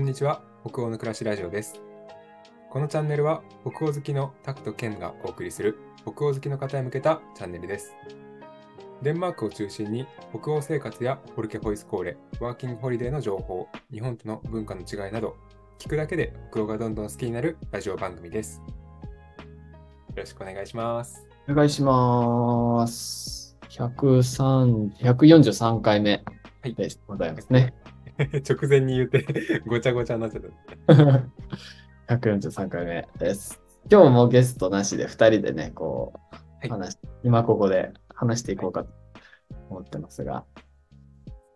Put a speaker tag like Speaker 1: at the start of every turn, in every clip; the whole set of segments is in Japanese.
Speaker 1: にちは北欧の暮らしラジオですこのチャンネルは北欧好きのタクとケンがお送りする北欧好きの方へ向けたチャンネルですデンマークを中心に北欧生活やホルケホイスコーレワーキングホリデーの情報日本との文化の違いなど聞くだけで北欧がどんどん好きになるラジオ番組ですよろしくお願いします
Speaker 2: お願いします。103 143回目
Speaker 1: はい
Speaker 2: でございますね。
Speaker 1: 直前に言ってごちゃごちゃになっちゃった
Speaker 2: 143回目です。今日もゲストなしで2人でね、こ、
Speaker 1: はいう
Speaker 2: 話し今ここで話していこうかと思ってますが、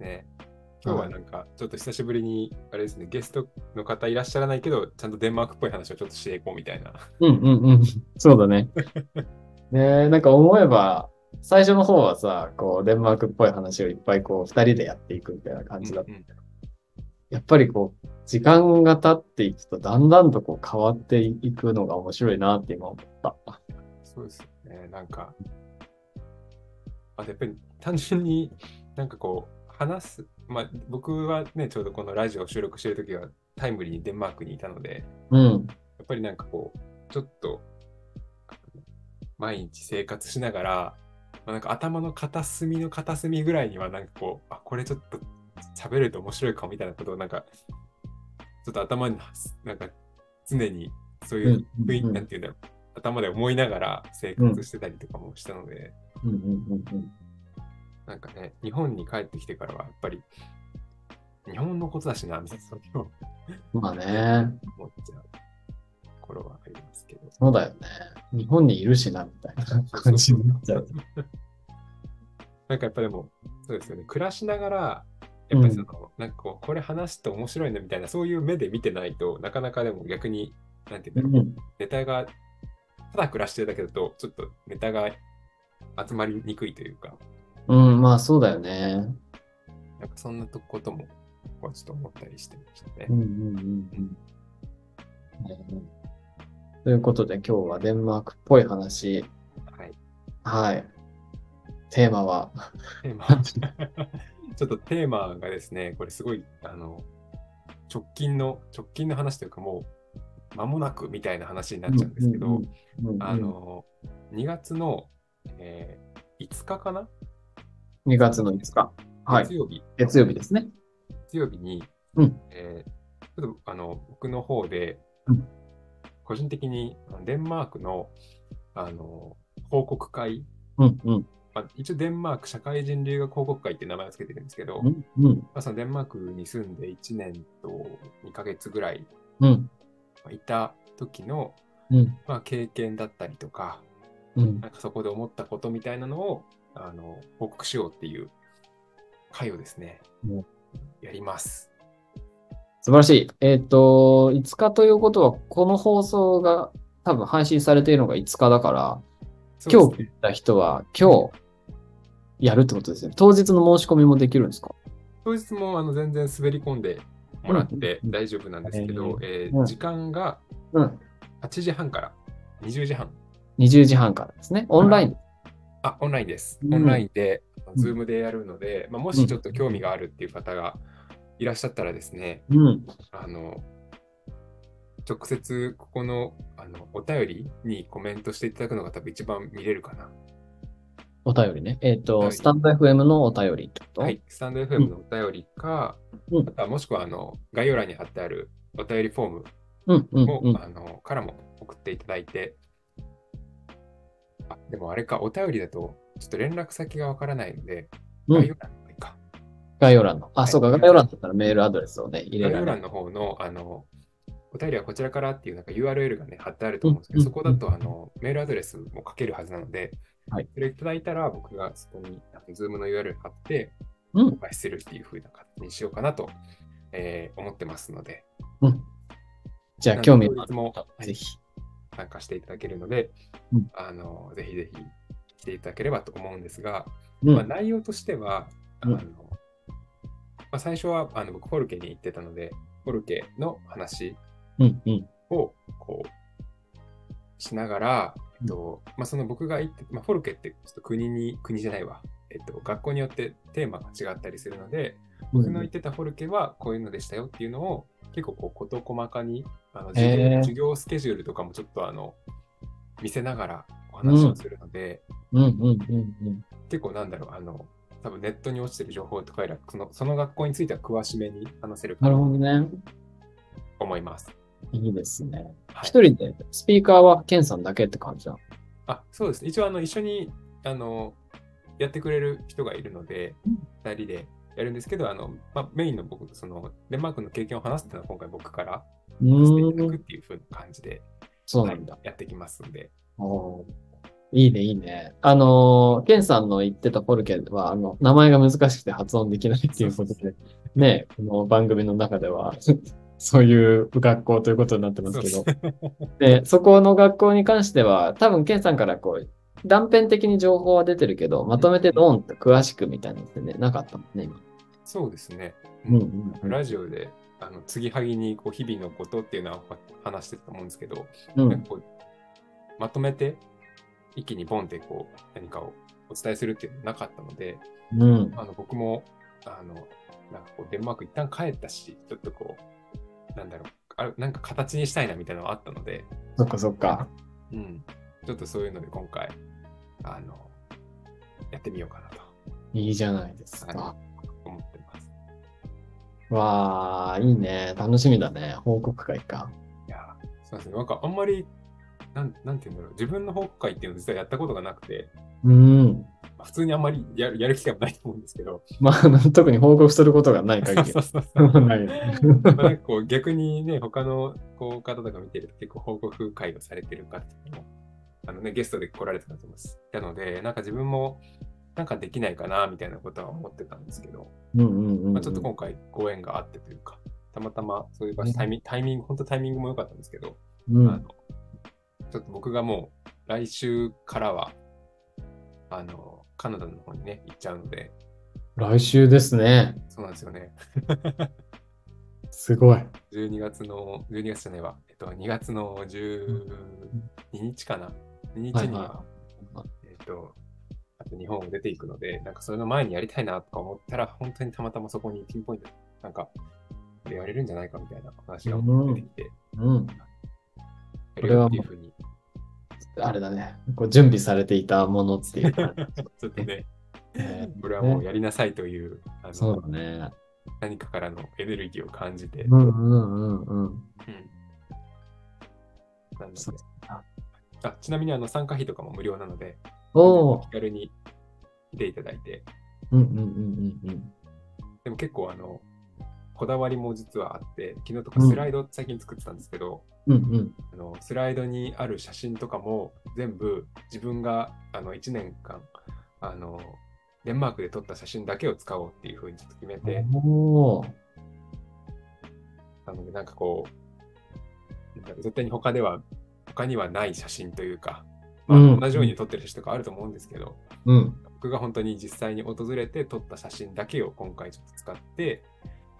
Speaker 1: ね。今日はなんか、ちょっと久しぶりに、あれですね、ゲストの方いらっしゃらないけど、ちゃんとデンマークっぽい話をちょっとしていこうみたいな。
Speaker 2: うんうんうん、そうだね。 ねなんか思えば、最初の方はさ、こう、デンマークっぽい話をいっぱいこう、2人でやっていくみたいな感じだった。
Speaker 1: うんうん
Speaker 2: やっぱりこう、時間が経っていくと、だんだんとこう変わっていくのが面白いなって今思った。
Speaker 1: そうですよね、なんか。あとやっぱり単純になんかこう、話す、まあ僕はね、ちょうどこのラジオを収録してるときはタイムリーにデンマークにいたので、
Speaker 2: うん。
Speaker 1: やっぱりなんかこう、ちょっと、毎日生活しながら、まあ、なんか頭の片隅の片隅ぐらいには、なんかこう、あ、これちょっと喋ると面白いかもみたいなことを、なんか、ちょっと頭に、なんか常にそういう雰囲気、
Speaker 2: うんうんうん
Speaker 1: なんていうんだろう、頭で思いながら生活してたりとかもしたので、
Speaker 2: うんうんうんうん。
Speaker 1: なんかね、日本に帰ってきてからは、やっぱり、日本のことだしな、みたいなことを
Speaker 2: まあね、
Speaker 1: 思っちゃう頃はありますけど。
Speaker 2: そうだよね。日本にいるしな、みたいな感じになっちゃう。
Speaker 1: なんかやっぱでも、そうですよね、暮らしながら、やっぱりその、なんかこう、これ話すと面白いねみたいな、そういう目で見てないとなかなかでも逆に、なんて言うんだろう、
Speaker 2: うん
Speaker 1: ネタが、ただ暮らしてるだけだと、ちょっとネタが集まりにくいというか、
Speaker 2: うん、まあそうだよね。
Speaker 1: なんかそんなとことも、こうちょっと思ったりしてましたね
Speaker 2: う。んうんうんうんうん。ということで今日はデンマークっぽい話。
Speaker 1: はい。
Speaker 2: はい。テーマは、
Speaker 1: テーマ、 ちょっとテーマがですね、これすごい、あの、直近の、直近の話というか、もう、間もなくみたいな話になっちゃうんですけど、
Speaker 2: うんうんうん
Speaker 1: あの、2月の、えー5日かな
Speaker 2: 2月の5日。はい
Speaker 1: 月。曜日、
Speaker 2: 月曜日ですね。
Speaker 1: 月曜日に、
Speaker 2: うん
Speaker 1: えーちょっとあの僕の方で、
Speaker 2: うん
Speaker 1: 個人的にあのデンマークのあの報告会、
Speaker 2: うんうん。
Speaker 1: まあ、一応デンマーク社会人留学報告会って名前をつけてるんですけど、
Speaker 2: う
Speaker 1: ま
Speaker 2: んうん
Speaker 1: あ、そのデンマークに住んで1年と2ヶ月ぐらい
Speaker 2: うん
Speaker 1: まあいた時の、
Speaker 2: うん
Speaker 1: まあ、経験だったりとか、
Speaker 2: うん。
Speaker 1: なんかそこで思ったことみたいなのをあの報告しようっていう会をですね
Speaker 2: うん、
Speaker 1: やります。
Speaker 2: 素晴らしい。えっ、と、5日ということは、この放送が多分配信されているのが5日だから、
Speaker 1: そ
Speaker 2: 今
Speaker 1: う
Speaker 2: 日
Speaker 1: です
Speaker 2: 聞
Speaker 1: ね
Speaker 2: いた人は今日やるってことですね。当日の申し込みもできるんですか
Speaker 1: 当日もあの全然滑り込んでもらって
Speaker 2: うん
Speaker 1: 大丈夫なんですけど、
Speaker 2: うん
Speaker 1: え
Speaker 2: う
Speaker 1: ー
Speaker 2: ん
Speaker 1: 時間が
Speaker 2: うん。
Speaker 1: 8時半から20時半。
Speaker 2: 20時半からですね。オンライン。
Speaker 1: あ、オンラインです
Speaker 2: う。ん
Speaker 1: オンラインで、
Speaker 2: ん
Speaker 1: ズームでやるので、まあ、もしちょっと興味があるっていう方がいらっしゃったらですね、
Speaker 2: うん。
Speaker 1: あの、直接ここのあのお便りにコメントしていただくのが多分一番見れるかな。
Speaker 2: お便りね。えっ、
Speaker 1: お便
Speaker 2: と、
Speaker 1: り
Speaker 2: スタンド FM のお便りってこと
Speaker 1: はい。、スタンド FM のお便りか、
Speaker 2: うん
Speaker 1: あとはもしくはあの概要欄に貼ってあるお便りフォー
Speaker 2: うんう
Speaker 1: ム
Speaker 2: ん
Speaker 1: も、
Speaker 2: うん。
Speaker 1: あのからも送っていただいて、あでもあれか、お便りだとちょっと連絡先がわからないので、
Speaker 2: う
Speaker 1: 概要
Speaker 2: ん、
Speaker 1: 欄の方か。
Speaker 2: 概要欄の。あ、
Speaker 1: はい
Speaker 2: そうか。概要欄だったらメールアドレスをね、入れ
Speaker 1: 概
Speaker 2: ら
Speaker 1: 要
Speaker 2: れ
Speaker 1: 欄
Speaker 2: る。
Speaker 1: の方のあのお便りはこちらからっていうなんか URL がね貼ってあると思うんですけど、
Speaker 2: うん
Speaker 1: そこだとあのメールアドレスも書けるはずなので、
Speaker 2: はい
Speaker 1: それいただいたら僕がそこにあの Zoom の URL 貼って
Speaker 2: うん
Speaker 1: お返しするっていう風な形にしようかなと、えー思ってますので、
Speaker 2: うん。じゃあ、
Speaker 1: なんで
Speaker 2: 興味があ
Speaker 1: 当日も
Speaker 2: る方、ぜひ。
Speaker 1: 参加していただけるので、
Speaker 2: うん
Speaker 1: あのぜひぜひ来ていただければと思うんですが、
Speaker 2: う
Speaker 1: まあ、
Speaker 2: ん。
Speaker 1: 内容としては、あ
Speaker 2: うん
Speaker 1: のまあ、最初はあの僕、フォルケに行ってたので、フォルケの話
Speaker 2: うん。うん。
Speaker 1: をこうしながら、えっとまあ、その僕が行って、まあ、フォルケってちょっと国に、国じゃないわ、ええっと、学校によってテーマが違ったりするので、
Speaker 2: うん
Speaker 1: 僕の言ってたフォルケはこういうのでしたよっていうのを結構こう事細かにあの
Speaker 2: へ
Speaker 1: 授
Speaker 2: ー
Speaker 1: 業、授業スケジュールとかもちょっとあの見せながらお話をするので、
Speaker 2: うんうんうん
Speaker 1: 結構なんだろうあの多分ネットに落ちてる情報とかよりはそのその学校については詳しめに話せる
Speaker 2: な
Speaker 1: か
Speaker 2: る
Speaker 1: と
Speaker 2: ほどね。
Speaker 1: 思います。
Speaker 2: いいですね。
Speaker 1: はい
Speaker 2: 一人で、スピーカーはケンさんだけって感じだ。
Speaker 1: あそうですね一応あの一緒にあのやってくれる人がいるので、2人でやるんですけどあの、まあ、メインの僕とそのデンマークの経験を話すっていうのは今回僕からさ
Speaker 2: う
Speaker 1: せていただ
Speaker 2: ー
Speaker 1: くっ
Speaker 2: ん。
Speaker 1: ていう風な感じで、
Speaker 2: そうなんだ
Speaker 1: は。いやってきますんで
Speaker 2: おーいいね、いいね。あのー、ケンさんの言ってたフォルケは、あの、名前が難しくて発音できないっていうことで、ね、この番組の中では、 そういう学校ということになってますけど、で、そこの学校に関しては、多分、ケンさんからこう、断片的に情報は出てるけど、まとめてドーンと詳しくみたいなのってね、なかったもんね、今。
Speaker 1: そうですね、
Speaker 2: うんうんうん
Speaker 1: ラジオであの継ぎはぎにこう日々のことっていうのは話してたと思うんですけど、
Speaker 2: う
Speaker 1: なん
Speaker 2: ん。
Speaker 1: かこうまとめて一気にボンってこう何かをお伝えするっていうのはなかったので
Speaker 2: うん。
Speaker 1: あの僕もあのなんかこうデンマーク一旦帰ったしちょっとこうなんだろうあなんか形にしたいなみたいなのがあったので、
Speaker 2: そっかそっか。
Speaker 1: うん、ちょっとそういうので今回あのやってみようかなと
Speaker 2: いいじゃないです
Speaker 1: は
Speaker 2: か。
Speaker 1: 思ってます。
Speaker 2: わあ、いいね。楽しみだね。報告会か。
Speaker 1: いやー、そうですね。なんかあんまり、なんなんていうんだろう、自分の報告会っていうのを実はやったことがなくて、
Speaker 2: うん。
Speaker 1: まあ普通にあんまりやるやる機会もないと思うんですけど、
Speaker 2: まあ、特に報告することがな い限り
Speaker 1: そう。そうそう。
Speaker 2: ないよね。
Speaker 1: まあなんかこう逆にね、他のこう方とか見てると結構報告会をされてる方とかも、あのね、ゲストで来られた方もいたので、なんか自分もなんかできないかなみたいなことは思ってたんですけど、
Speaker 2: うんうんうんう
Speaker 1: まあ、
Speaker 2: ん。
Speaker 1: ちょっと今回ご縁があってというか、たまたまそういう場所タイミング、タイミング、本当タイミングも良かったんですけど、
Speaker 2: う
Speaker 1: あの
Speaker 2: ん。
Speaker 1: ちょっと僕がもう来週からはあのカナダの方にね行っちゃうので
Speaker 2: 来週ですね。
Speaker 1: そうなんですよね
Speaker 2: すごい。
Speaker 1: 12月の12月じゃないわ、えっと、2月の12日かな2日には、
Speaker 2: はいは
Speaker 1: えっとあと日本を出ていくのでなんかそれの前にやりたいなとか思ったら本当にたまたまそこにピンポイントでなんかこれやれるんじゃないかみたいな話が出てきて、
Speaker 2: うん。
Speaker 1: やるよっていうふうに
Speaker 2: あれだね。こう準備されていたものってい うか。
Speaker 1: ちょっとね
Speaker 2: ね
Speaker 1: これはもうやりなさいというあの
Speaker 2: そうだね。
Speaker 1: 何かからのエネルギーを感じて、
Speaker 2: うんうんうんうん。
Speaker 1: うんなので
Speaker 2: そうだ
Speaker 1: あちなみにあの参加費とかも無料なので、
Speaker 2: おお
Speaker 1: 気。軽に来ていただいて、
Speaker 2: うんうんうんうんうん。
Speaker 1: でも結構あのこだわりも実はあって、昨日とかスライド最近作ってたんですけど、
Speaker 2: うんうん。
Speaker 1: あのスライドにある写真とかも全部自分があの1年間あのデンマークで撮った写真だけを使おうっていうふうにちょっと決めて、
Speaker 2: おお。
Speaker 1: なので、なんかこう、なんか絶対に他では、他にはない写真というか、まあ
Speaker 2: うん
Speaker 1: 同じように撮ってる写真とかあると思うんですけど、
Speaker 2: うん。
Speaker 1: 僕が本当に実際に訪れて撮った写真だけを今回ちょっと使って、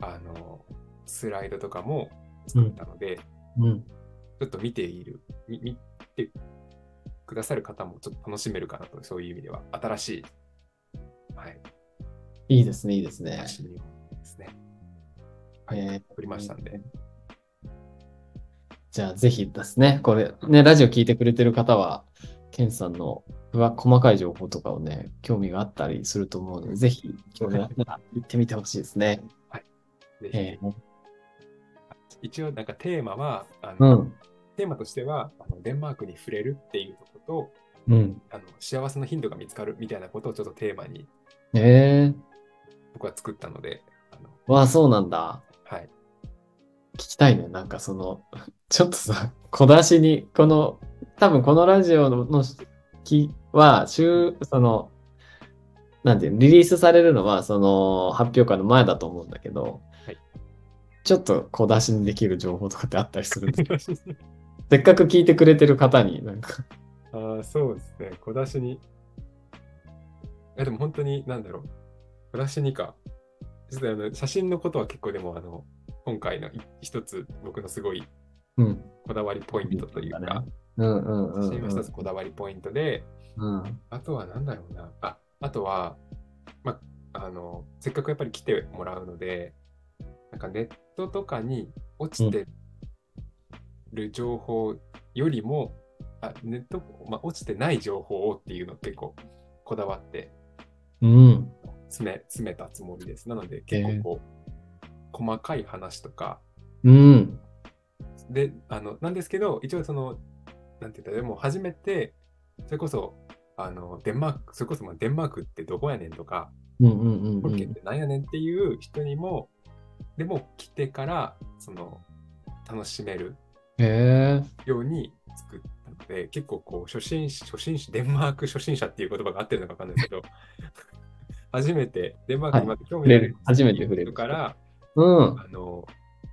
Speaker 1: あの、スライドとかも作ったので、ち
Speaker 2: うん。
Speaker 1: ょっと見ている、み見てくださる方もちょっと楽しめるかなと、そういう意味では、新しい、はい、
Speaker 2: いいですね、いいですね
Speaker 1: 写。真ですね。はい
Speaker 2: えー
Speaker 1: 撮りましたんで。
Speaker 2: じゃあ、ぜひですね、これ、ね、ラジオ聞いてくれてる方は、ケンさんのふわ細かい情報とかをね、興味があったりすると思うので、ぜひ、興味があったら行ってみてほしいですね。
Speaker 1: ぜひ
Speaker 2: えー
Speaker 1: 一応、なんかテーマは、あ
Speaker 2: う
Speaker 1: の
Speaker 2: ん、
Speaker 1: テーマとしてはあのデンマークに触れるっていうこと
Speaker 2: うん。
Speaker 1: とあの幸せの頻度が見つかるみたいなことをちょっとテーマに
Speaker 2: え
Speaker 1: 僕は作ったのであの、
Speaker 2: ー、わあ、そうなんだ。
Speaker 1: はい、
Speaker 2: 聞きたいね。なんかその、 ちょっとさ、小出しに、この、多分このラジオののきは、週、その、なんていうのリリースされるのは、その、発表会の前だと思うんだけど、
Speaker 1: はい
Speaker 2: ちょっと小出しにできる情報とかってあったりするん ですかせっかく聞いてくれてる方に、なんか、
Speaker 1: あーそうですね小出しにいやでも本当に何だろう小出しにかちょっとあの写真のことは結構でもあの今回のい一つ僕のすごい
Speaker 2: うん。
Speaker 1: こだわりポイントというか、
Speaker 2: うんうんうん
Speaker 1: 写真は
Speaker 2: うん
Speaker 1: 一つこだわりポイントで、
Speaker 2: うん。
Speaker 1: あとは何だろうな。あ、あとは、まあ、あの、せっかくやっぱり来てもらうので、なんかネットとかに落ちてる情報よりも、あネット、まあ、落ちてない情報をっていうの結構こだわって
Speaker 2: うん。
Speaker 1: 詰め詰めたつもりです。なので結構こう、細かい話とか、
Speaker 2: うん。
Speaker 1: で、あの、なんですけど、一応その、なんて言ったら、でも初めて、それこそ、あの、デンマーク、それこそまあデンマークってどこやねんとか、
Speaker 2: うんうんうん
Speaker 1: フォ
Speaker 2: う
Speaker 1: ルケっ
Speaker 2: ん。
Speaker 1: てなんやねんっていう人にも、でも来てから、その、楽しめる
Speaker 2: へえ。
Speaker 1: ように作ったので、結構こう、初心者、初心者、デンマーク初心者っていう言葉が合ってるのかわかんないですけど、初めて、デンマークにまた興味があ
Speaker 2: はい初めて触れる
Speaker 1: 人から、
Speaker 2: うん。うん
Speaker 1: あの、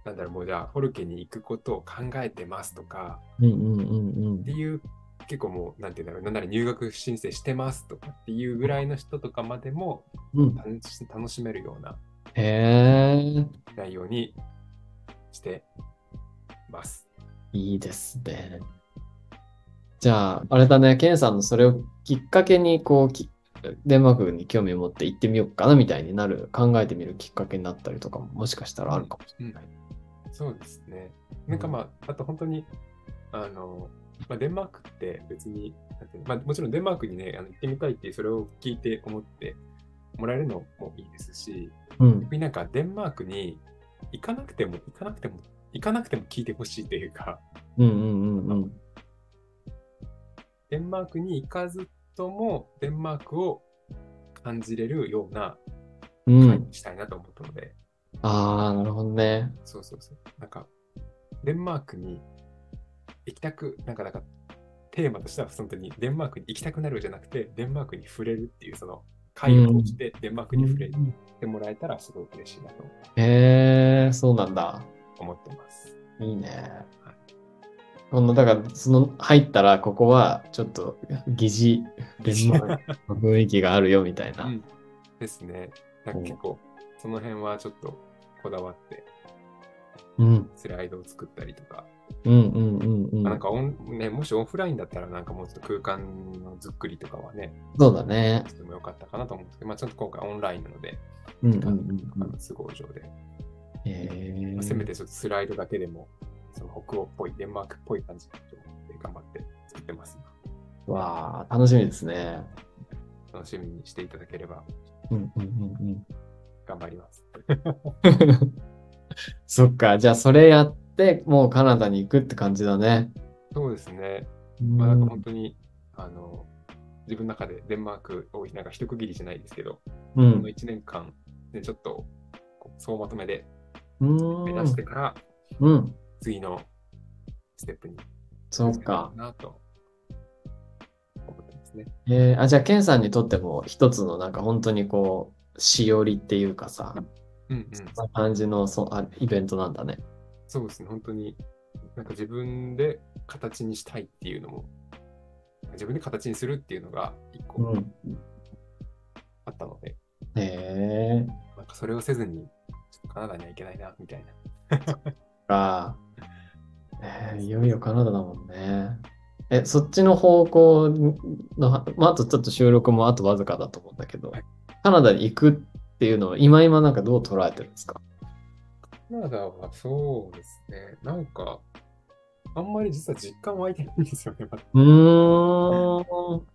Speaker 1: なんだろう、もうじゃあ、フォルケに行くことを考えてますとか、
Speaker 2: うんうん
Speaker 1: っていう結構もうなんていうんだろうなんなら入学申請してますとかっていうぐらいの人とかまでも
Speaker 2: うん。うん。
Speaker 1: 楽し楽しめるような
Speaker 2: へえ。
Speaker 1: 内容にしてます。
Speaker 2: いいですね。じゃあ、あれだね、ケンさんのそれをきっかけに、こう、きデンマークに興味を持って行ってみようかなみたいになる、考えてみるきっかけになったりとかも、もしかしたらあるかもしれない。
Speaker 1: そうですね。なんかまあ、あと本当に、あの、まあ、デンマークって別に、なんていうのまあ、もちろんデンマークにね、あの行ってみたいっていう、それを聞いて思ってもらえるのもいいですし、
Speaker 2: うん。
Speaker 1: 逆になんかデンマークに行かなくても、行かなくても、行かなくても聞いてほしいというか、
Speaker 2: うんうんうんうん。
Speaker 1: デンマークに行かずともデンマークを感じれるような
Speaker 2: う
Speaker 1: 会
Speaker 2: ん。
Speaker 1: にしたいなと思ったので、
Speaker 2: ああ、なるほどね。
Speaker 1: そうそうそう。なんか、デンマークに行きたく、なんかなんか、テーマとしては本当にデンマークに行きたくなるじゃなくて、デンマークに触れるっていう、その会を通してデンマークに触れてもらえたらすごく嬉しいなと
Speaker 2: へえ、そうなんだ。
Speaker 1: 思ってます。
Speaker 2: いいね。この、だから、その、入ったら、ここは、ちょっと、疑似、デンマークの雰囲気があるよ、みたいな。
Speaker 1: うんですね。なんか結構、その辺はちょっとこだわって、
Speaker 2: うん。
Speaker 1: スライドを作ったりとか、
Speaker 2: うんうんうんうん。
Speaker 1: なんかオン、ね、もしオフラインだったら、なんかもうちょっと空間の作りとかはね、
Speaker 2: そうだね。
Speaker 1: してもよかったかなと思うんですけど、まあ、ちょっと今回オンラインなので、
Speaker 2: うんうんうん
Speaker 1: あ
Speaker 2: うん
Speaker 1: の都合上で、
Speaker 2: へ
Speaker 1: ま
Speaker 2: ー
Speaker 1: あせめてちょっとスライドだけでも、その北欧っぽい、デンマークっぽい感じだと思って頑張って作ってます。
Speaker 2: わあ、楽しみですね。
Speaker 1: 楽しみにしていただければ
Speaker 2: うんうん
Speaker 1: 頑張ります。
Speaker 2: うんうん。そっか、じゃあそれやって、もうカナダに行くって感じだね。
Speaker 1: そうですね。
Speaker 2: うん
Speaker 1: まあ、なんか本当に、あの、自分の中でデンマークをなんか一区切りじゃないですけど、
Speaker 2: う
Speaker 1: この
Speaker 2: ん。
Speaker 1: 1年間、ね、ちょっとこう総まとめで
Speaker 2: うん
Speaker 1: 目指してから、
Speaker 2: うん。
Speaker 1: 次のステップに
Speaker 2: そっか。
Speaker 1: なと思ってますね。
Speaker 2: えーあ、じゃあ、ケンさんにとっても一つのなんか本当にこう、しおりっていうかさ、
Speaker 1: うんうん。
Speaker 2: そんな感じのそうあイベントなんだね。
Speaker 1: そうですね、本当に、なんか自分で形にしたいっていうのも、自分で形にするっていうのが一個
Speaker 2: ん。
Speaker 1: あったので、
Speaker 2: へえ。
Speaker 1: なんかそれをせずに、ちょっとカナダには行けないな、みたいな。
Speaker 2: か。えーいよいよカナダだもんね。え、そっちの方向の、まあ、あとちょっと収録もあとわずかだと思うんだけど、
Speaker 1: はい
Speaker 2: カナダに行くっていうのは今今なんかどう捉えてるんですか
Speaker 1: カナダはそうですね、なんか、あんまり実は実感湧いてないんですよね、ま だ
Speaker 2: うーん。
Speaker 1: 行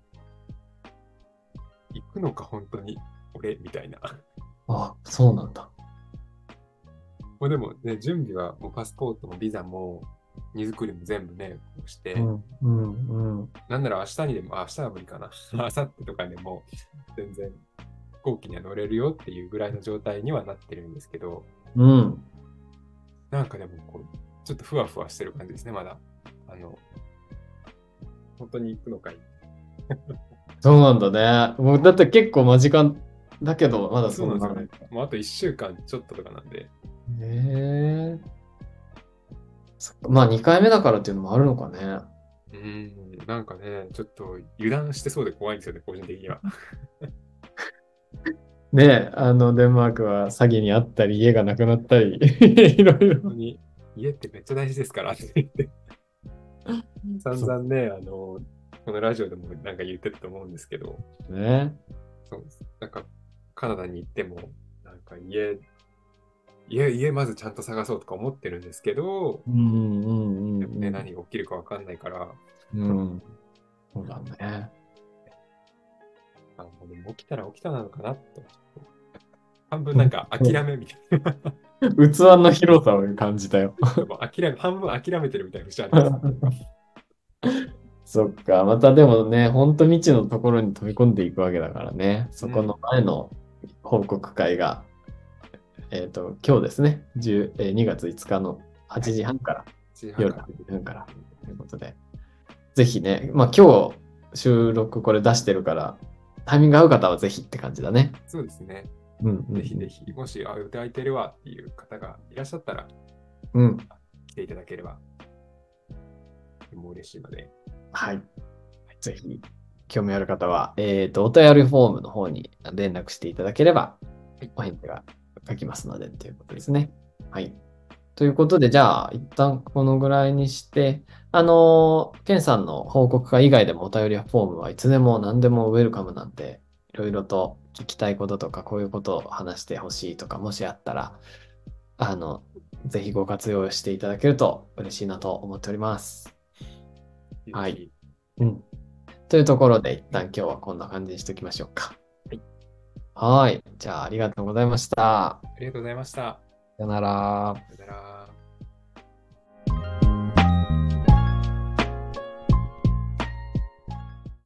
Speaker 1: くのか、本当に、俺、みたいな。
Speaker 2: あ、そうなんだ。
Speaker 1: もうでもね、準備はもうパスポートもビザも、荷造りも全部ね、こうして、
Speaker 2: うん、うん、うん。
Speaker 1: なんなら明日にでも、あ明日は無理かな。明後日とかでも、全然飛行機には乗れるよっていうぐらいの状態にはなってるんですけど、
Speaker 2: うん。
Speaker 1: なんかでもこう、ちょっとふわふわしてる感じですね、まだ。あの、本当に行くのかい
Speaker 2: そうなんだね。もうだって結構間近だけど、まだそう
Speaker 1: そう
Speaker 2: な
Speaker 1: なんん
Speaker 2: だ
Speaker 1: で
Speaker 2: ね。
Speaker 1: もうあと1週間ちょっととかなんで、
Speaker 2: へえ。そっかまあ2回目だからっていうのもあるのかね。
Speaker 1: うーん、なんかね、ちょっと油断してそうで怖いんですよね、個人的には。
Speaker 2: ねえ、あの、デンマークは詐欺にあったり、家がなくなったり、 いろいろ。
Speaker 1: 本当に、家ってめっちゃ大事ですから って言って、散々ね、あの、このラジオでもなんか言ってたと思うんですけど、
Speaker 2: ね。
Speaker 1: そうです。なんか、カナダに行っても、なんか家、家、家まずちゃんと探そうとか思ってるんですけど、
Speaker 2: うんうんうん。
Speaker 1: でもね、何が起きるかわかんないから、
Speaker 2: うん。そうだね。
Speaker 1: あもうでも起きたら起きたなのか なって。半分なんか諦めみたい
Speaker 2: 器の広さを感じたよ。
Speaker 1: な。もう諦め半分諦めてるみたいな節あります。
Speaker 2: そっか。またでもね、ほんと未知のところに飛び込んでいくわけだからね。そこの前の報告会が、えっ、と、今日ですね。10えー2月5日の8時半から。 夜8時半からということで。ぜひね、まあ今日収録これ出してるから、タイミング合う方はぜひって感じだね。
Speaker 1: そうですね。
Speaker 2: うん、うん。
Speaker 1: ぜひぜひ、もし、あ、予定空いてるわっていう方がいらっしゃったら、
Speaker 2: うん。
Speaker 1: 来ていただければ、とても嬉しいので、
Speaker 2: はい。ぜひ、興味ある方は、えっ、と、お便りフォームの方に連絡していただければ
Speaker 1: はい、
Speaker 2: お返事が書きますので、ということですね。はい。ということで、じゃあ、一旦このぐらいにして、あのーケンさんの報告会以外でもお便りフォームはいつでも何でもウェルカムなんで、いろいろと聞きたいこととか、こういうことを話してほしいとか、もしあったら、あの、ぜひご活用していただけると嬉しいなと思っております。はい
Speaker 1: ぜひ。
Speaker 2: うん。というところで、一旦今日はこんな感じにしておきましょうか。
Speaker 1: はい。
Speaker 2: はーい。じゃあ、ありがとうございました。
Speaker 1: ありがとうございました。
Speaker 2: さよなら。
Speaker 1: さよなら。